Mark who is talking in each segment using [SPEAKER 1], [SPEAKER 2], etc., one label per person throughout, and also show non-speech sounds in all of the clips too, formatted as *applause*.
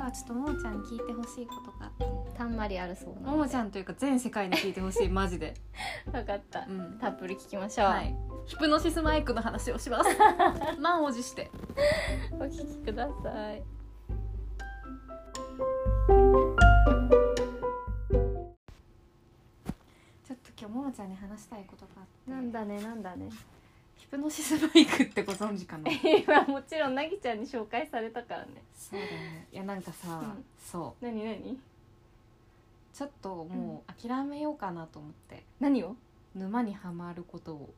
[SPEAKER 1] はちょっとももちゃんに聞いてほしいことがあったの
[SPEAKER 2] たんまりあるそうな
[SPEAKER 1] ももちゃんというか全世界に聞いてほ *laughs* しいマジで、
[SPEAKER 2] 分かった
[SPEAKER 1] うん、
[SPEAKER 2] たっぷり聞きましょう、
[SPEAKER 1] はいヒプノシスマイクの話をし *laughs* ます満を持して
[SPEAKER 2] お聞きください
[SPEAKER 1] ちょっと今日ももちゃんに話したいことがあって
[SPEAKER 2] なんだねなんだね
[SPEAKER 1] ヒプノシスマイクってご存知かな
[SPEAKER 2] 今もちろんなぎちゃんに紹介されたからね
[SPEAKER 1] *laughs* そうだねいやなんかさ、
[SPEAKER 2] うん
[SPEAKER 1] そ
[SPEAKER 2] 何何
[SPEAKER 1] うちょっともう諦めようかなと思って、
[SPEAKER 2] 何を
[SPEAKER 1] 沼にはまることを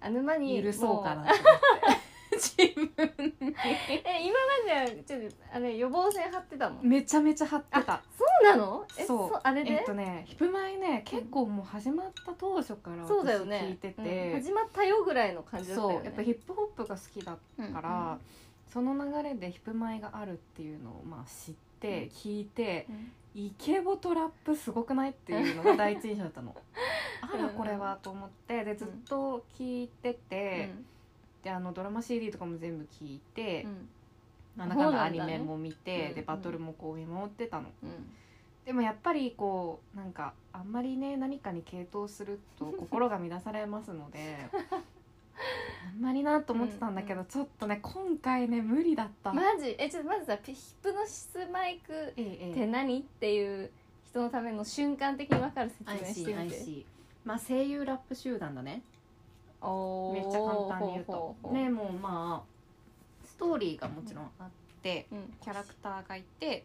[SPEAKER 2] あ沼に
[SPEAKER 1] 許そうか
[SPEAKER 2] も
[SPEAKER 1] な
[SPEAKER 2] う *laughs*
[SPEAKER 1] と思って *laughs* 自分に
[SPEAKER 2] え今まではちょっとあれ予防線張ってたもん
[SPEAKER 1] めちゃめちゃ張ってた
[SPEAKER 2] そうなのえ
[SPEAKER 1] そう
[SPEAKER 2] あれで、
[SPEAKER 1] えっとねヒプマイね結構もう始まった当初から
[SPEAKER 2] そうだ
[SPEAKER 1] 私
[SPEAKER 2] よね
[SPEAKER 1] 聞いてて、
[SPEAKER 2] うん始まったよぐらいの感じだったよ
[SPEAKER 1] そ
[SPEAKER 2] ね
[SPEAKER 1] うやっぱヒップホップが好きだから、その流れでヒップマイがあるっていうのをまあ知って、
[SPEAKER 2] うん
[SPEAKER 1] 聞いて
[SPEAKER 2] うんうん
[SPEAKER 1] イケボとラップすごくないっていうのが第一印象だった
[SPEAKER 2] *laughs*
[SPEAKER 1] のあらこれはと思ってでずっと聞いてて、であのドラマ CD とかも全部聞いて
[SPEAKER 2] う、ん
[SPEAKER 1] なんだかんだアニメも見
[SPEAKER 2] そうなん
[SPEAKER 1] て、
[SPEAKER 2] だね
[SPEAKER 1] でバトルもこう見守ってたの、
[SPEAKER 2] うん
[SPEAKER 1] でもやっぱりこうなんかあんまりね何かに傾倒すると *laughs* 心が乱されますので *laughs* あんまりなと思ってたんだけど、
[SPEAKER 2] う
[SPEAKER 1] ちょっとね今回ね無理だった、
[SPEAKER 2] マジえちょっとまずさピヒプノシスマイク
[SPEAKER 1] え
[SPEAKER 2] っ
[SPEAKER 1] え
[SPEAKER 2] て何っていう人のための瞬間的に分かる説明してみて
[SPEAKER 1] IC まあ声優ラップ集団だね
[SPEAKER 2] おー
[SPEAKER 1] めっちゃ簡単に言うと
[SPEAKER 2] ほうほうほう
[SPEAKER 1] ねもうまあストーリーがもちろんあって、
[SPEAKER 2] うん
[SPEAKER 1] キャラクターがいて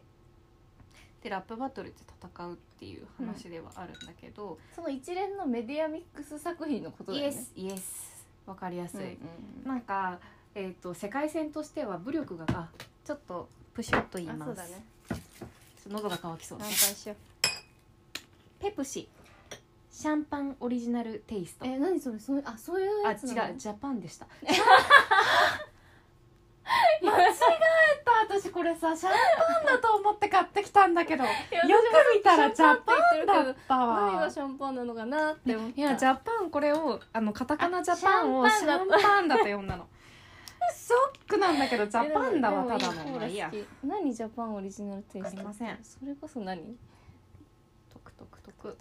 [SPEAKER 1] でラップバトルで戦うっていう話ではあるんだけど、
[SPEAKER 2] その一連のメディアミックス作品のことだ
[SPEAKER 1] イ
[SPEAKER 2] よ
[SPEAKER 1] エ
[SPEAKER 2] ね
[SPEAKER 1] スイエスわかりやす
[SPEAKER 2] う
[SPEAKER 1] い、
[SPEAKER 2] んうんうん
[SPEAKER 1] なんか、えー、と世界線としては武力があちょっとプシュッと言い
[SPEAKER 2] あ
[SPEAKER 1] ます
[SPEAKER 2] そうだね
[SPEAKER 1] ちょっと喉が乾きそう
[SPEAKER 2] 乾
[SPEAKER 1] だ
[SPEAKER 2] 杯
[SPEAKER 1] ね
[SPEAKER 2] しよう
[SPEAKER 1] ペプシシャンパンオリジナルテイスト
[SPEAKER 2] え何それそうあそういう
[SPEAKER 1] あ
[SPEAKER 2] や
[SPEAKER 1] 違う
[SPEAKER 2] つなの
[SPEAKER 1] ジャパンで
[SPEAKER 2] *laughs*
[SPEAKER 1] した
[SPEAKER 2] 今
[SPEAKER 1] 間違えた私これさシャンパンだと思って買ってきたんだけ
[SPEAKER 2] *laughs*
[SPEAKER 1] どよ
[SPEAKER 2] いや私
[SPEAKER 1] く
[SPEAKER 2] も
[SPEAKER 1] 見たらジャパンだ
[SPEAKER 2] シャンパンって言って *laughs* る
[SPEAKER 1] ったわ
[SPEAKER 2] 何がシャンパンなのかなって思った
[SPEAKER 1] いやジャパンこれをあのカタカナジャパンを
[SPEAKER 2] あ
[SPEAKER 1] シ
[SPEAKER 2] シ
[SPEAKER 1] ャ
[SPEAKER 2] ャ
[SPEAKER 1] ン
[SPEAKER 2] ン
[SPEAKER 1] パンだと呼んだ
[SPEAKER 2] *laughs*
[SPEAKER 1] のショックなんだけどジ
[SPEAKER 2] え
[SPEAKER 1] ャ
[SPEAKER 2] でも
[SPEAKER 1] パンだわ
[SPEAKER 2] で
[SPEAKER 1] た
[SPEAKER 2] も
[SPEAKER 1] だ
[SPEAKER 2] いい
[SPEAKER 1] のまあいいや
[SPEAKER 2] コーラ好き何ジャパンオリジナルテイスト
[SPEAKER 1] わかりません
[SPEAKER 2] それこそ何
[SPEAKER 1] トクトクトク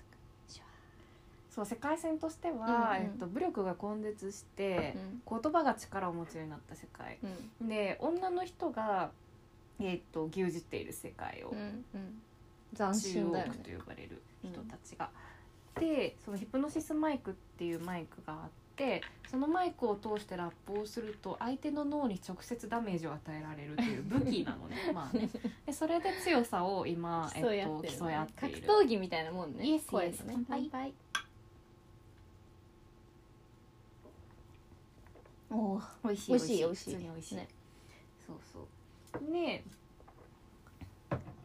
[SPEAKER 1] そう世界線としては、
[SPEAKER 2] うんう
[SPEAKER 1] え
[SPEAKER 2] ん
[SPEAKER 1] っと、武力が根絶して
[SPEAKER 2] う、ん
[SPEAKER 1] 言葉が力を持つようになった世界
[SPEAKER 2] うん
[SPEAKER 1] で女の人が、えっと、牛耳っている世界を
[SPEAKER 2] う、んうん斬
[SPEAKER 1] 中
[SPEAKER 2] 新
[SPEAKER 1] 央
[SPEAKER 2] だよ
[SPEAKER 1] 区
[SPEAKER 2] ね
[SPEAKER 1] と呼ばれる人たちが。でそのヒプノシスマイクっていうマイクがあってそのマイクを通してラップをすると相手の脳に直接ダメージを与えられるという武器なの
[SPEAKER 2] *laughs*
[SPEAKER 1] ねまあねでそれで強さを今、えっと、
[SPEAKER 2] 競い合ってる
[SPEAKER 1] 競い合ってい
[SPEAKER 2] 格
[SPEAKER 1] る。
[SPEAKER 2] 闘技みたいなもんね
[SPEAKER 1] イエス
[SPEAKER 2] 声
[SPEAKER 1] イエス
[SPEAKER 2] のね
[SPEAKER 1] 乾杯
[SPEAKER 2] 杯おー
[SPEAKER 1] 美味しい
[SPEAKER 2] 美味しい美味しい
[SPEAKER 1] 普通に美味しい、
[SPEAKER 2] ね
[SPEAKER 1] そうそうね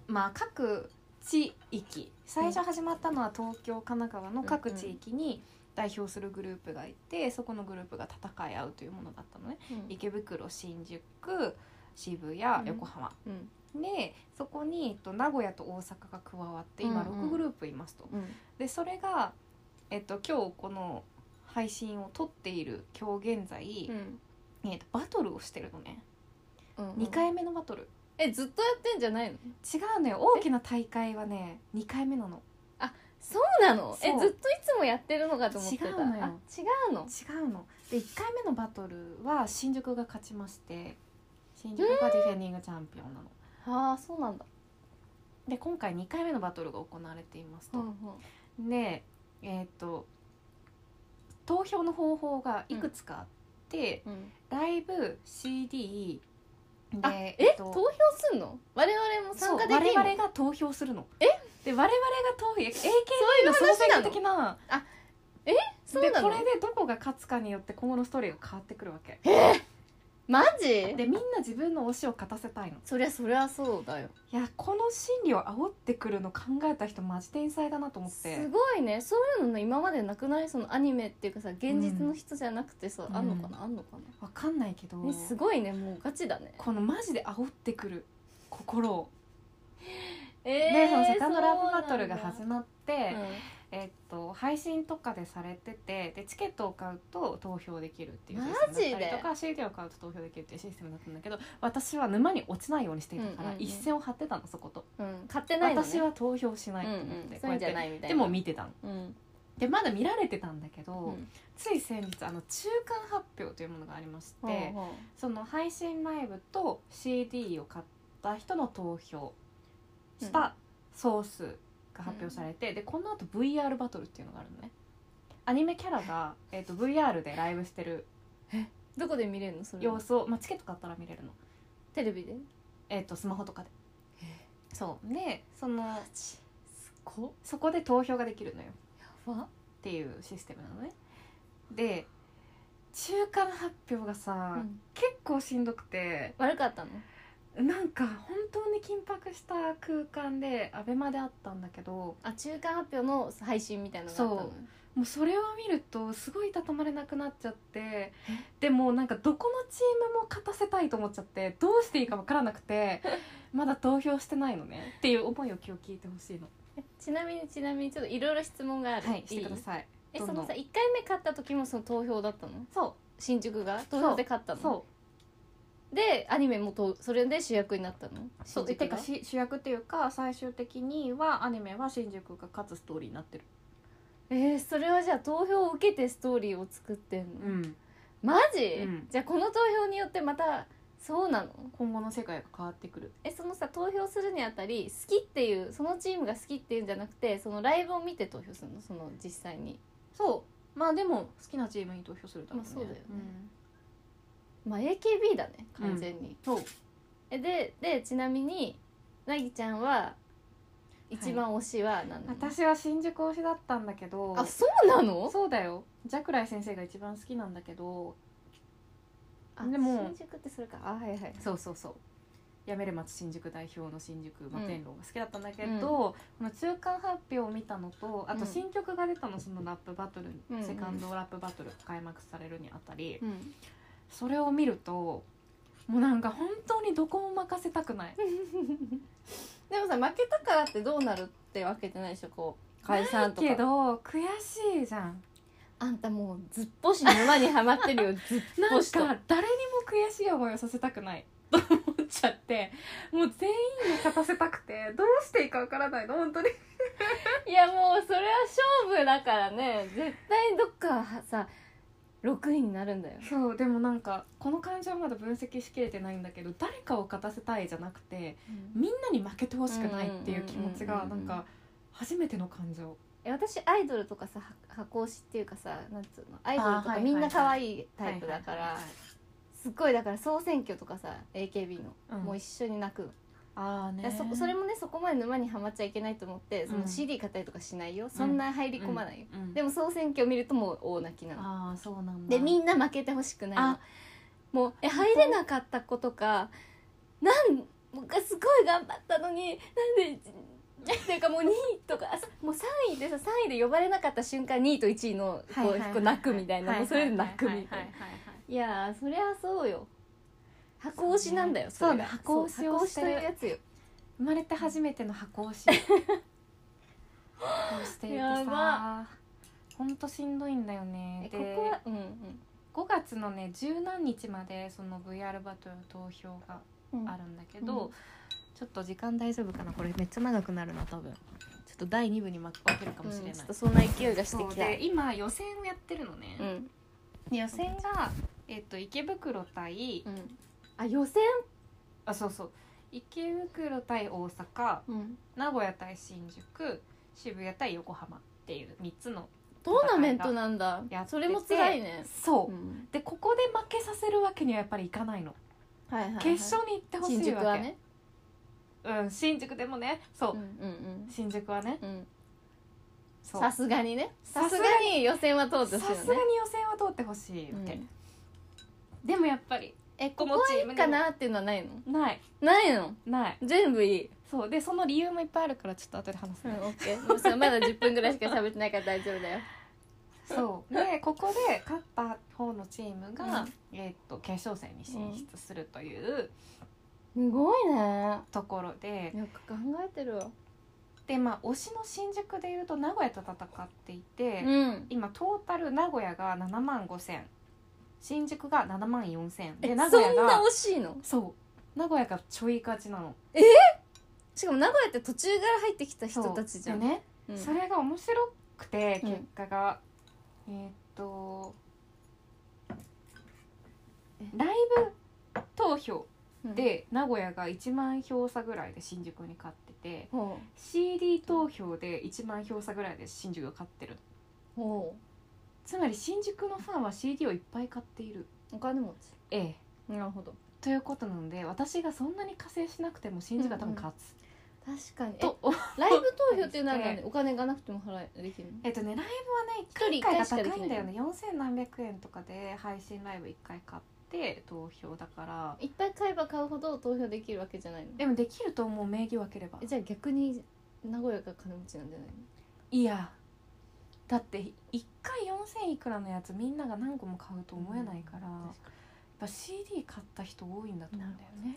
[SPEAKER 1] まあ各地域最初始まったのは東京神奈川の各地域に代表するグループがいてそこのグループが戦い合うというものだったのね
[SPEAKER 2] うん
[SPEAKER 1] 池袋新宿渋谷
[SPEAKER 2] うん
[SPEAKER 1] 横浜、
[SPEAKER 2] うん
[SPEAKER 1] でそこに、えっと、名古屋と大阪が加わって今
[SPEAKER 2] うんう
[SPEAKER 1] 6
[SPEAKER 2] ん
[SPEAKER 1] グループいますと、
[SPEAKER 2] うん
[SPEAKER 1] でそれが、えっと、今日この配信を撮っている今日現在、
[SPEAKER 2] うん
[SPEAKER 1] えーとバトルをしてるのね、
[SPEAKER 2] うん
[SPEAKER 1] 2回目のバトル
[SPEAKER 2] えずっとやってんじゃないの
[SPEAKER 1] 違うのよ大きな大会はね2回目なの
[SPEAKER 2] そうなのえ
[SPEAKER 1] そう
[SPEAKER 2] ずっといつもやってるのかと思ってた
[SPEAKER 1] 違うのよ
[SPEAKER 2] あ違うの
[SPEAKER 1] 違うので1回目のバトルは新宿が勝ちまして新宿がディフェンディングチャンピオンなの
[SPEAKER 2] ああそうなんだ
[SPEAKER 1] で今回2回目のバトルが行われていますと、でえっ、と投票の方法がいくつかあって、
[SPEAKER 2] うん
[SPEAKER 1] ライブ CD で
[SPEAKER 2] あえ
[SPEAKER 1] っ
[SPEAKER 2] 投
[SPEAKER 1] と
[SPEAKER 2] 票すんの我々も参加できる
[SPEAKER 1] そう我々
[SPEAKER 2] の
[SPEAKER 1] が投票するのえで我々が投票 AKB の
[SPEAKER 2] う
[SPEAKER 1] 総
[SPEAKER 2] 話な
[SPEAKER 1] 選
[SPEAKER 2] の
[SPEAKER 1] 挙的な
[SPEAKER 2] そう
[SPEAKER 1] で
[SPEAKER 2] な
[SPEAKER 1] こ
[SPEAKER 2] の
[SPEAKER 1] れでどこが勝つかによって今後のストーリーが変わってくるわけ
[SPEAKER 2] マジ
[SPEAKER 1] でみんな自分の推しを勝たせたいの
[SPEAKER 2] そりゃそりゃそうだよ
[SPEAKER 1] いやこの心理を煽ってくるの考えた人マジ天才だなと思っ
[SPEAKER 2] す
[SPEAKER 1] て
[SPEAKER 2] ごいねそういうのね今までなくないそのアニメっていうかさ現実の人じゃなくてさ、
[SPEAKER 1] うん
[SPEAKER 2] あんのかなあんのか
[SPEAKER 1] わかんないけど、
[SPEAKER 2] な、ね、すごいねもうガチだね
[SPEAKER 1] このマジで煽ってくる心を、
[SPEAKER 2] え
[SPEAKER 1] でそのセカンドラブバトルが始
[SPEAKER 2] ま
[SPEAKER 1] まって、
[SPEAKER 2] うん
[SPEAKER 1] えっと配信とかでされててでチケットを買うと投票できるっていう
[SPEAKER 2] マジで
[SPEAKER 1] システムだったりとか CD を買うと投票できるっていうシステムだったんだけど私は沼に落ちないようにしていたから、
[SPEAKER 2] うんうんうん
[SPEAKER 1] 一線を張ってたのそこと、
[SPEAKER 2] うん、買ってないの、ね、
[SPEAKER 1] 私は投票しな
[SPEAKER 2] う
[SPEAKER 1] い
[SPEAKER 2] ん
[SPEAKER 1] と
[SPEAKER 2] う
[SPEAKER 1] 思って、こ
[SPEAKER 2] んそ
[SPEAKER 1] うや
[SPEAKER 2] ういう
[SPEAKER 1] っ
[SPEAKER 2] んじゃ
[SPEAKER 1] て
[SPEAKER 2] ないみたいな
[SPEAKER 1] でも見てたの
[SPEAKER 2] うん
[SPEAKER 1] でまだ見られてたんだけど、
[SPEAKER 2] うん
[SPEAKER 1] つい先日あの中間発表というものがありまして、
[SPEAKER 2] ほうほ
[SPEAKER 1] その配信ライブと CD を買った人の投票した総数が発表されて、でこのあと VR バトルっていうのがあるのねアニメキャラが、えー、と VR でライブしてる
[SPEAKER 2] うどこで見れるのそれは
[SPEAKER 1] 様子を、まあ、チケット買ったら見れるの、
[SPEAKER 2] テレビで
[SPEAKER 1] えー、とスマホとかでそうでその
[SPEAKER 2] すごっ
[SPEAKER 1] そこで投票ができるのよ
[SPEAKER 2] やば
[SPEAKER 1] っていうシステムなのねで中間発表がさ、
[SPEAKER 2] うん
[SPEAKER 1] 結構しんどくて
[SPEAKER 2] 悪かったの
[SPEAKER 1] なんか本当に緊迫した空間でアベマであったんだけど
[SPEAKER 2] あ中間発表の配信みたいなのがあったの
[SPEAKER 1] そうもうそれを見るとすごいいたたまれなくなっちゃってでもなんかどこのチームも勝たせたいと思っちゃってどうしていいか分からなく *laughs* てまだ投票してないのねっていう思いを今日聞いてほしいの
[SPEAKER 2] ちなみにちなみにちょっといろいろ質問がある
[SPEAKER 1] はいしてください
[SPEAKER 2] え
[SPEAKER 1] ど
[SPEAKER 2] そ
[SPEAKER 1] んどん
[SPEAKER 2] のさ1回目買った時もその投票だったの
[SPEAKER 1] そ
[SPEAKER 2] 新宿が投票で買った
[SPEAKER 1] う
[SPEAKER 2] の
[SPEAKER 1] そう
[SPEAKER 2] でアニメもとそれで主役になったの
[SPEAKER 1] そう
[SPEAKER 2] 新
[SPEAKER 1] て
[SPEAKER 2] 宿
[SPEAKER 1] か
[SPEAKER 2] が
[SPEAKER 1] し主役っていうか最終的にはアニメは新宿が勝つストーリーになってる
[SPEAKER 2] えー、それはじゃあ投票を受けてストーリーを作ってんの、
[SPEAKER 1] ん
[SPEAKER 2] マジ、
[SPEAKER 1] うん
[SPEAKER 2] じゃあこの投票によってまたそうなの
[SPEAKER 1] 今後の世界が変わってくる
[SPEAKER 2] えそのさ投票するにあたり好きっていうそのチームが好きっていうんじゃなくてそのライブを見て投票するのその実際に
[SPEAKER 1] そうまあでも好きなチームに投票するだろ
[SPEAKER 2] まあそうだよねまあ AKB だね完全に、
[SPEAKER 1] そう
[SPEAKER 2] えででちなみになぎちゃんは一番推しは何なの、
[SPEAKER 1] 私は新宿推しだったんだけど
[SPEAKER 2] あそうなの
[SPEAKER 1] そうだよジャクライ先生が一番好きなんだけど
[SPEAKER 2] あ
[SPEAKER 1] でも
[SPEAKER 2] 新宿ってそれかあはいはい
[SPEAKER 1] そうそうそうやめれ松新宿代表の新宿摩天楼が好きだったんだけど、この中間発表を見たのとあと
[SPEAKER 2] うん
[SPEAKER 1] 新曲が出たのそのラップバトル、
[SPEAKER 2] うんうん
[SPEAKER 1] セカンドラップバトル開幕されるにあたり、
[SPEAKER 2] うん
[SPEAKER 1] それを見るともうなんか本当にどこも任せたくない
[SPEAKER 2] でもさ負けたからってどうなるってわけじゃないでしょこう解散とか
[SPEAKER 1] けど悔しいじゃん
[SPEAKER 2] あんたもうずっぽし沼にはまっ
[SPEAKER 1] *laughs*
[SPEAKER 2] てるよずっ
[SPEAKER 1] なん
[SPEAKER 2] ぽしと
[SPEAKER 1] か誰にも悔しい思いをさせたくないと思っちゃってもう全員に勝たせたくてどうしていいかわからないの本当に
[SPEAKER 2] いやもうそれは勝負だからね絶対どっかはさ6位になるんだよ
[SPEAKER 1] そうでもなんかこの感情はまだ分析しきれてないんだけど誰かを勝たせたいじゃなくてみんなに負けてほしくないっていう気持ちが
[SPEAKER 2] うんうんうん
[SPEAKER 1] な
[SPEAKER 2] うん
[SPEAKER 1] んか初めての感情
[SPEAKER 2] え私アイドルとかさは箱推しっていうかさなんつうのアイドルと
[SPEAKER 1] あーはいはい
[SPEAKER 2] か
[SPEAKER 1] はい
[SPEAKER 2] みんな可愛いタイプだか
[SPEAKER 1] はい
[SPEAKER 2] ら
[SPEAKER 1] はいはい
[SPEAKER 2] すっごいだから総選挙とかさ AKB の、
[SPEAKER 1] うん
[SPEAKER 2] もう一緒に泣くの
[SPEAKER 1] ああね
[SPEAKER 2] だからそそれもねそこまで沼にはまっちゃいけないと思ってそうの
[SPEAKER 1] ん
[SPEAKER 2] CD 買ったりとかしないよそんな入り込まないよ、
[SPEAKER 1] うんうん
[SPEAKER 2] でも総選挙見るともう大泣きなの
[SPEAKER 1] ああそうなんだ
[SPEAKER 2] でみ
[SPEAKER 1] ん
[SPEAKER 2] んな負けてほしくないの
[SPEAKER 1] あ
[SPEAKER 2] もうえ入れなかった子とかなん僕がすごい頑張ったのになんでじゃっていうかもう2位とかあそうもう3位でさ3位で呼ばれなかった瞬間2位と1位のこう,、こう泣くみたいなもうそれで泣くみたいな、いやーそりゃそうよ箱推しなんだよ
[SPEAKER 1] そうね
[SPEAKER 2] れが
[SPEAKER 1] そう箱推しを
[SPEAKER 2] そう箱推
[SPEAKER 1] し
[SPEAKER 2] してと
[SPEAKER 1] る
[SPEAKER 2] いうやつよ
[SPEAKER 1] 生まれて初めての箱推しこうしていて
[SPEAKER 2] やば
[SPEAKER 1] さほんとしんどいんだよ
[SPEAKER 2] え
[SPEAKER 1] ね
[SPEAKER 2] こ
[SPEAKER 1] で
[SPEAKER 2] こはうんうん
[SPEAKER 1] 5月のね十何日までその VR バトルの投票が
[SPEAKER 2] うん
[SPEAKER 1] あるんだけど、
[SPEAKER 2] うん
[SPEAKER 1] ちょっと時間大丈夫かなこれめっちゃ長くなるな多分ちょっと第2部に分けるかもしれない、
[SPEAKER 2] うんちょっとそんな勢いがして
[SPEAKER 1] そう
[SPEAKER 2] きた
[SPEAKER 1] で今予選をやってるのね、
[SPEAKER 2] うん
[SPEAKER 1] で予選が、えっと池袋対、
[SPEAKER 2] うんあ予選
[SPEAKER 1] あそうそう池袋対大阪
[SPEAKER 2] うん
[SPEAKER 1] 名古屋対新宿渋谷対横浜っていう3つの
[SPEAKER 2] トーナメントなんだ
[SPEAKER 1] やってて
[SPEAKER 2] それも辛いね
[SPEAKER 1] そう、
[SPEAKER 2] ん
[SPEAKER 1] でここで負けさせるわけにはやっぱりいかないの、
[SPEAKER 2] はいはいはい
[SPEAKER 1] 決勝に行ってほしいわけ
[SPEAKER 2] 新宿はね
[SPEAKER 1] うん新宿でもねそう、
[SPEAKER 2] うんうん
[SPEAKER 1] 新宿はね
[SPEAKER 2] うんうん
[SPEAKER 1] そう
[SPEAKER 2] さすがにね
[SPEAKER 1] さ
[SPEAKER 2] さ
[SPEAKER 1] す
[SPEAKER 2] す
[SPEAKER 1] が
[SPEAKER 2] がに予選は通って
[SPEAKER 1] さ
[SPEAKER 2] ほし
[SPEAKER 1] す
[SPEAKER 2] いよ
[SPEAKER 1] が
[SPEAKER 2] ね
[SPEAKER 1] に予選は通ってほしいわけ、
[SPEAKER 2] うん
[SPEAKER 1] でもやっぱり
[SPEAKER 2] えここはいいか
[SPEAKER 1] こ
[SPEAKER 2] なっていうのはないの
[SPEAKER 1] ない
[SPEAKER 2] ないの
[SPEAKER 1] ない
[SPEAKER 2] 全部いい
[SPEAKER 1] そうでその理由もいっぱいあるからちょっと後で話す
[SPEAKER 2] うん
[SPEAKER 1] ね、
[SPEAKER 2] オッケーもうさ *laughs* まだ10分ぐらいしか喋ってないから大丈夫だよ
[SPEAKER 1] そうでここで勝った方のチームが、
[SPEAKER 2] うん
[SPEAKER 1] えーっと決勝戦に進出するという
[SPEAKER 2] すごいね
[SPEAKER 1] ところで、
[SPEAKER 2] よく考えてるわ
[SPEAKER 1] でまあ推しの新宿でいうと名古屋と戦っていて、
[SPEAKER 2] うん
[SPEAKER 1] 今トータル名古屋が7万5千新宿が7万4千
[SPEAKER 2] え
[SPEAKER 1] で名
[SPEAKER 2] そ
[SPEAKER 1] 古屋
[SPEAKER 2] んな
[SPEAKER 1] が
[SPEAKER 2] 惜しいの
[SPEAKER 1] そう名古屋がちょい勝ちなの
[SPEAKER 2] しかも名古屋って途中から入ってきた人たちじゃん、
[SPEAKER 1] でね、
[SPEAKER 2] うん
[SPEAKER 1] それが面白くて
[SPEAKER 2] うん
[SPEAKER 1] 結果が、えーっとライブ投票で名古屋が1万票差ぐらいで新宿に勝ってて
[SPEAKER 2] うんほ
[SPEAKER 1] CD 投票で1万票差ぐらいで新宿が勝ってる
[SPEAKER 2] うほ
[SPEAKER 1] つまり新宿のファンは CD をいっぱい買っている
[SPEAKER 2] うお金持ち
[SPEAKER 1] ええ
[SPEAKER 2] なるほど
[SPEAKER 1] ということなので私がそんなに加勢しなくても新宿が多分勝つ、
[SPEAKER 2] 確かにえ
[SPEAKER 1] とお
[SPEAKER 2] ライブ投票っていうのはなんでお金がなくても払えできるの
[SPEAKER 1] *laughs* えっとねライブはね一
[SPEAKER 2] 一人
[SPEAKER 1] 回
[SPEAKER 2] 一
[SPEAKER 1] 一回
[SPEAKER 2] 回
[SPEAKER 1] が
[SPEAKER 2] しかできな
[SPEAKER 1] 高
[SPEAKER 2] い
[SPEAKER 1] いんだよね4000何百円とかで配信ライブ一回買って投票だから
[SPEAKER 2] いっぱい買えば買うほど投票できるわけじゃないの
[SPEAKER 1] でもできると思う名義分ければ
[SPEAKER 2] えじゃあ逆に名古屋が金持ちなんじゃないの
[SPEAKER 1] いやだって1回4000いくらのやつみんなが何個も買うと思えないから、やっ
[SPEAKER 2] 確か
[SPEAKER 1] ぱ CD 買った人多いんだと思うんだよね
[SPEAKER 2] に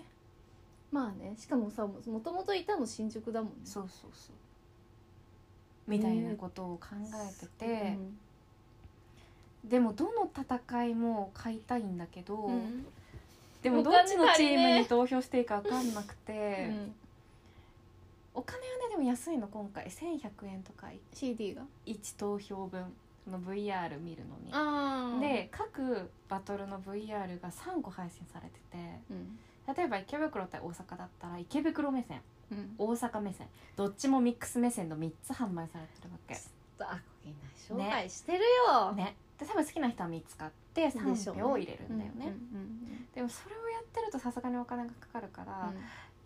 [SPEAKER 2] まあねしかもさもともといたの新宿だもんね
[SPEAKER 1] そうそうそうみたいなことを考えてて、
[SPEAKER 2] うん
[SPEAKER 1] でもどの戦いも買いたいんだけど、
[SPEAKER 2] うん
[SPEAKER 1] でもどっちのチームに投票していいか分かんなくて、
[SPEAKER 2] うん
[SPEAKER 1] お金はねでも安いの今回1100円とか
[SPEAKER 2] CD が
[SPEAKER 1] 1投票分その VR 見るのに。
[SPEAKER 2] あ
[SPEAKER 1] で各バトルの VR が3個配信されてて
[SPEAKER 2] うん
[SPEAKER 1] 例えば池袋対大阪だったら池袋目線
[SPEAKER 2] うん
[SPEAKER 1] 大阪目線どっちもミックス目線の3つ販売されてるわけ
[SPEAKER 2] あこげな商
[SPEAKER 1] ね
[SPEAKER 2] 売してるよ、
[SPEAKER 1] ねで多分好きな人は3つ買って
[SPEAKER 2] でしょう
[SPEAKER 1] 3
[SPEAKER 2] ね
[SPEAKER 1] 票を入れるんだよね
[SPEAKER 2] うんうん
[SPEAKER 1] でもそれをやってるとさすがにお金がかかるから、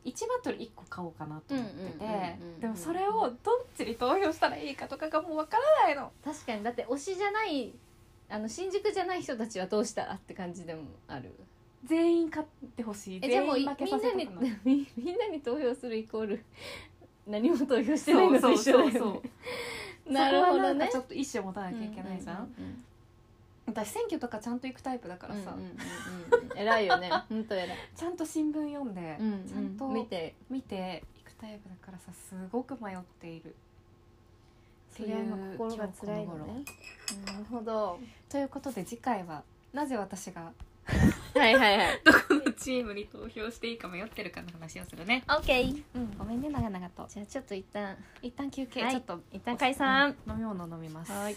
[SPEAKER 1] 1バトル1個買おうかなと思ってて
[SPEAKER 2] うんうんうんうん
[SPEAKER 1] でもそれをどっちに投票したらいいかとかがもうわからないの
[SPEAKER 2] 確かにだって推しじゃないあの新宿じゃない人たちはどうしたらって感じでもある
[SPEAKER 1] 全員買ってほしい
[SPEAKER 2] えじゃあ
[SPEAKER 1] 全
[SPEAKER 2] もうい
[SPEAKER 1] 員
[SPEAKER 2] みんな
[SPEAKER 1] 負けさせたくない
[SPEAKER 2] に *laughs* みみんなに投票するイコール *laughs* 何も投票してな
[SPEAKER 1] そ
[SPEAKER 2] い
[SPEAKER 1] う
[SPEAKER 2] のと
[SPEAKER 1] そう
[SPEAKER 2] 一緒だ
[SPEAKER 1] そ
[SPEAKER 2] よ
[SPEAKER 1] う
[SPEAKER 2] ね
[SPEAKER 1] そう
[SPEAKER 2] *laughs* なるほど
[SPEAKER 1] そ
[SPEAKER 2] ね
[SPEAKER 1] こはなんかちょっと意思を持たなきゃいけないじゃん、
[SPEAKER 2] うううん
[SPEAKER 1] 私選挙とかちゃんと行くタイプだから
[SPEAKER 2] うん
[SPEAKER 1] さ、
[SPEAKER 2] うんうんうん偉
[SPEAKER 1] *laughs*
[SPEAKER 2] いよね本当偉い、
[SPEAKER 1] ちゃんと新聞読んで、
[SPEAKER 2] うんうん
[SPEAKER 1] ちゃんと
[SPEAKER 2] 見て
[SPEAKER 1] 見て行くタイプだからさすごく迷っている
[SPEAKER 2] それは今心が辛いのねうんなるほど
[SPEAKER 1] ということで次回はなぜ私が
[SPEAKER 2] はいはい *laughs* はい
[SPEAKER 1] どこのチームに投票していいか迷ってるかの話をするね
[SPEAKER 2] OK
[SPEAKER 1] うんごめんね長々と
[SPEAKER 2] じゃあちょっと一旦
[SPEAKER 1] 一旦休憩、
[SPEAKER 2] はい
[SPEAKER 1] ちょっと
[SPEAKER 2] 一旦解散
[SPEAKER 1] うん飲み物飲みます
[SPEAKER 2] はい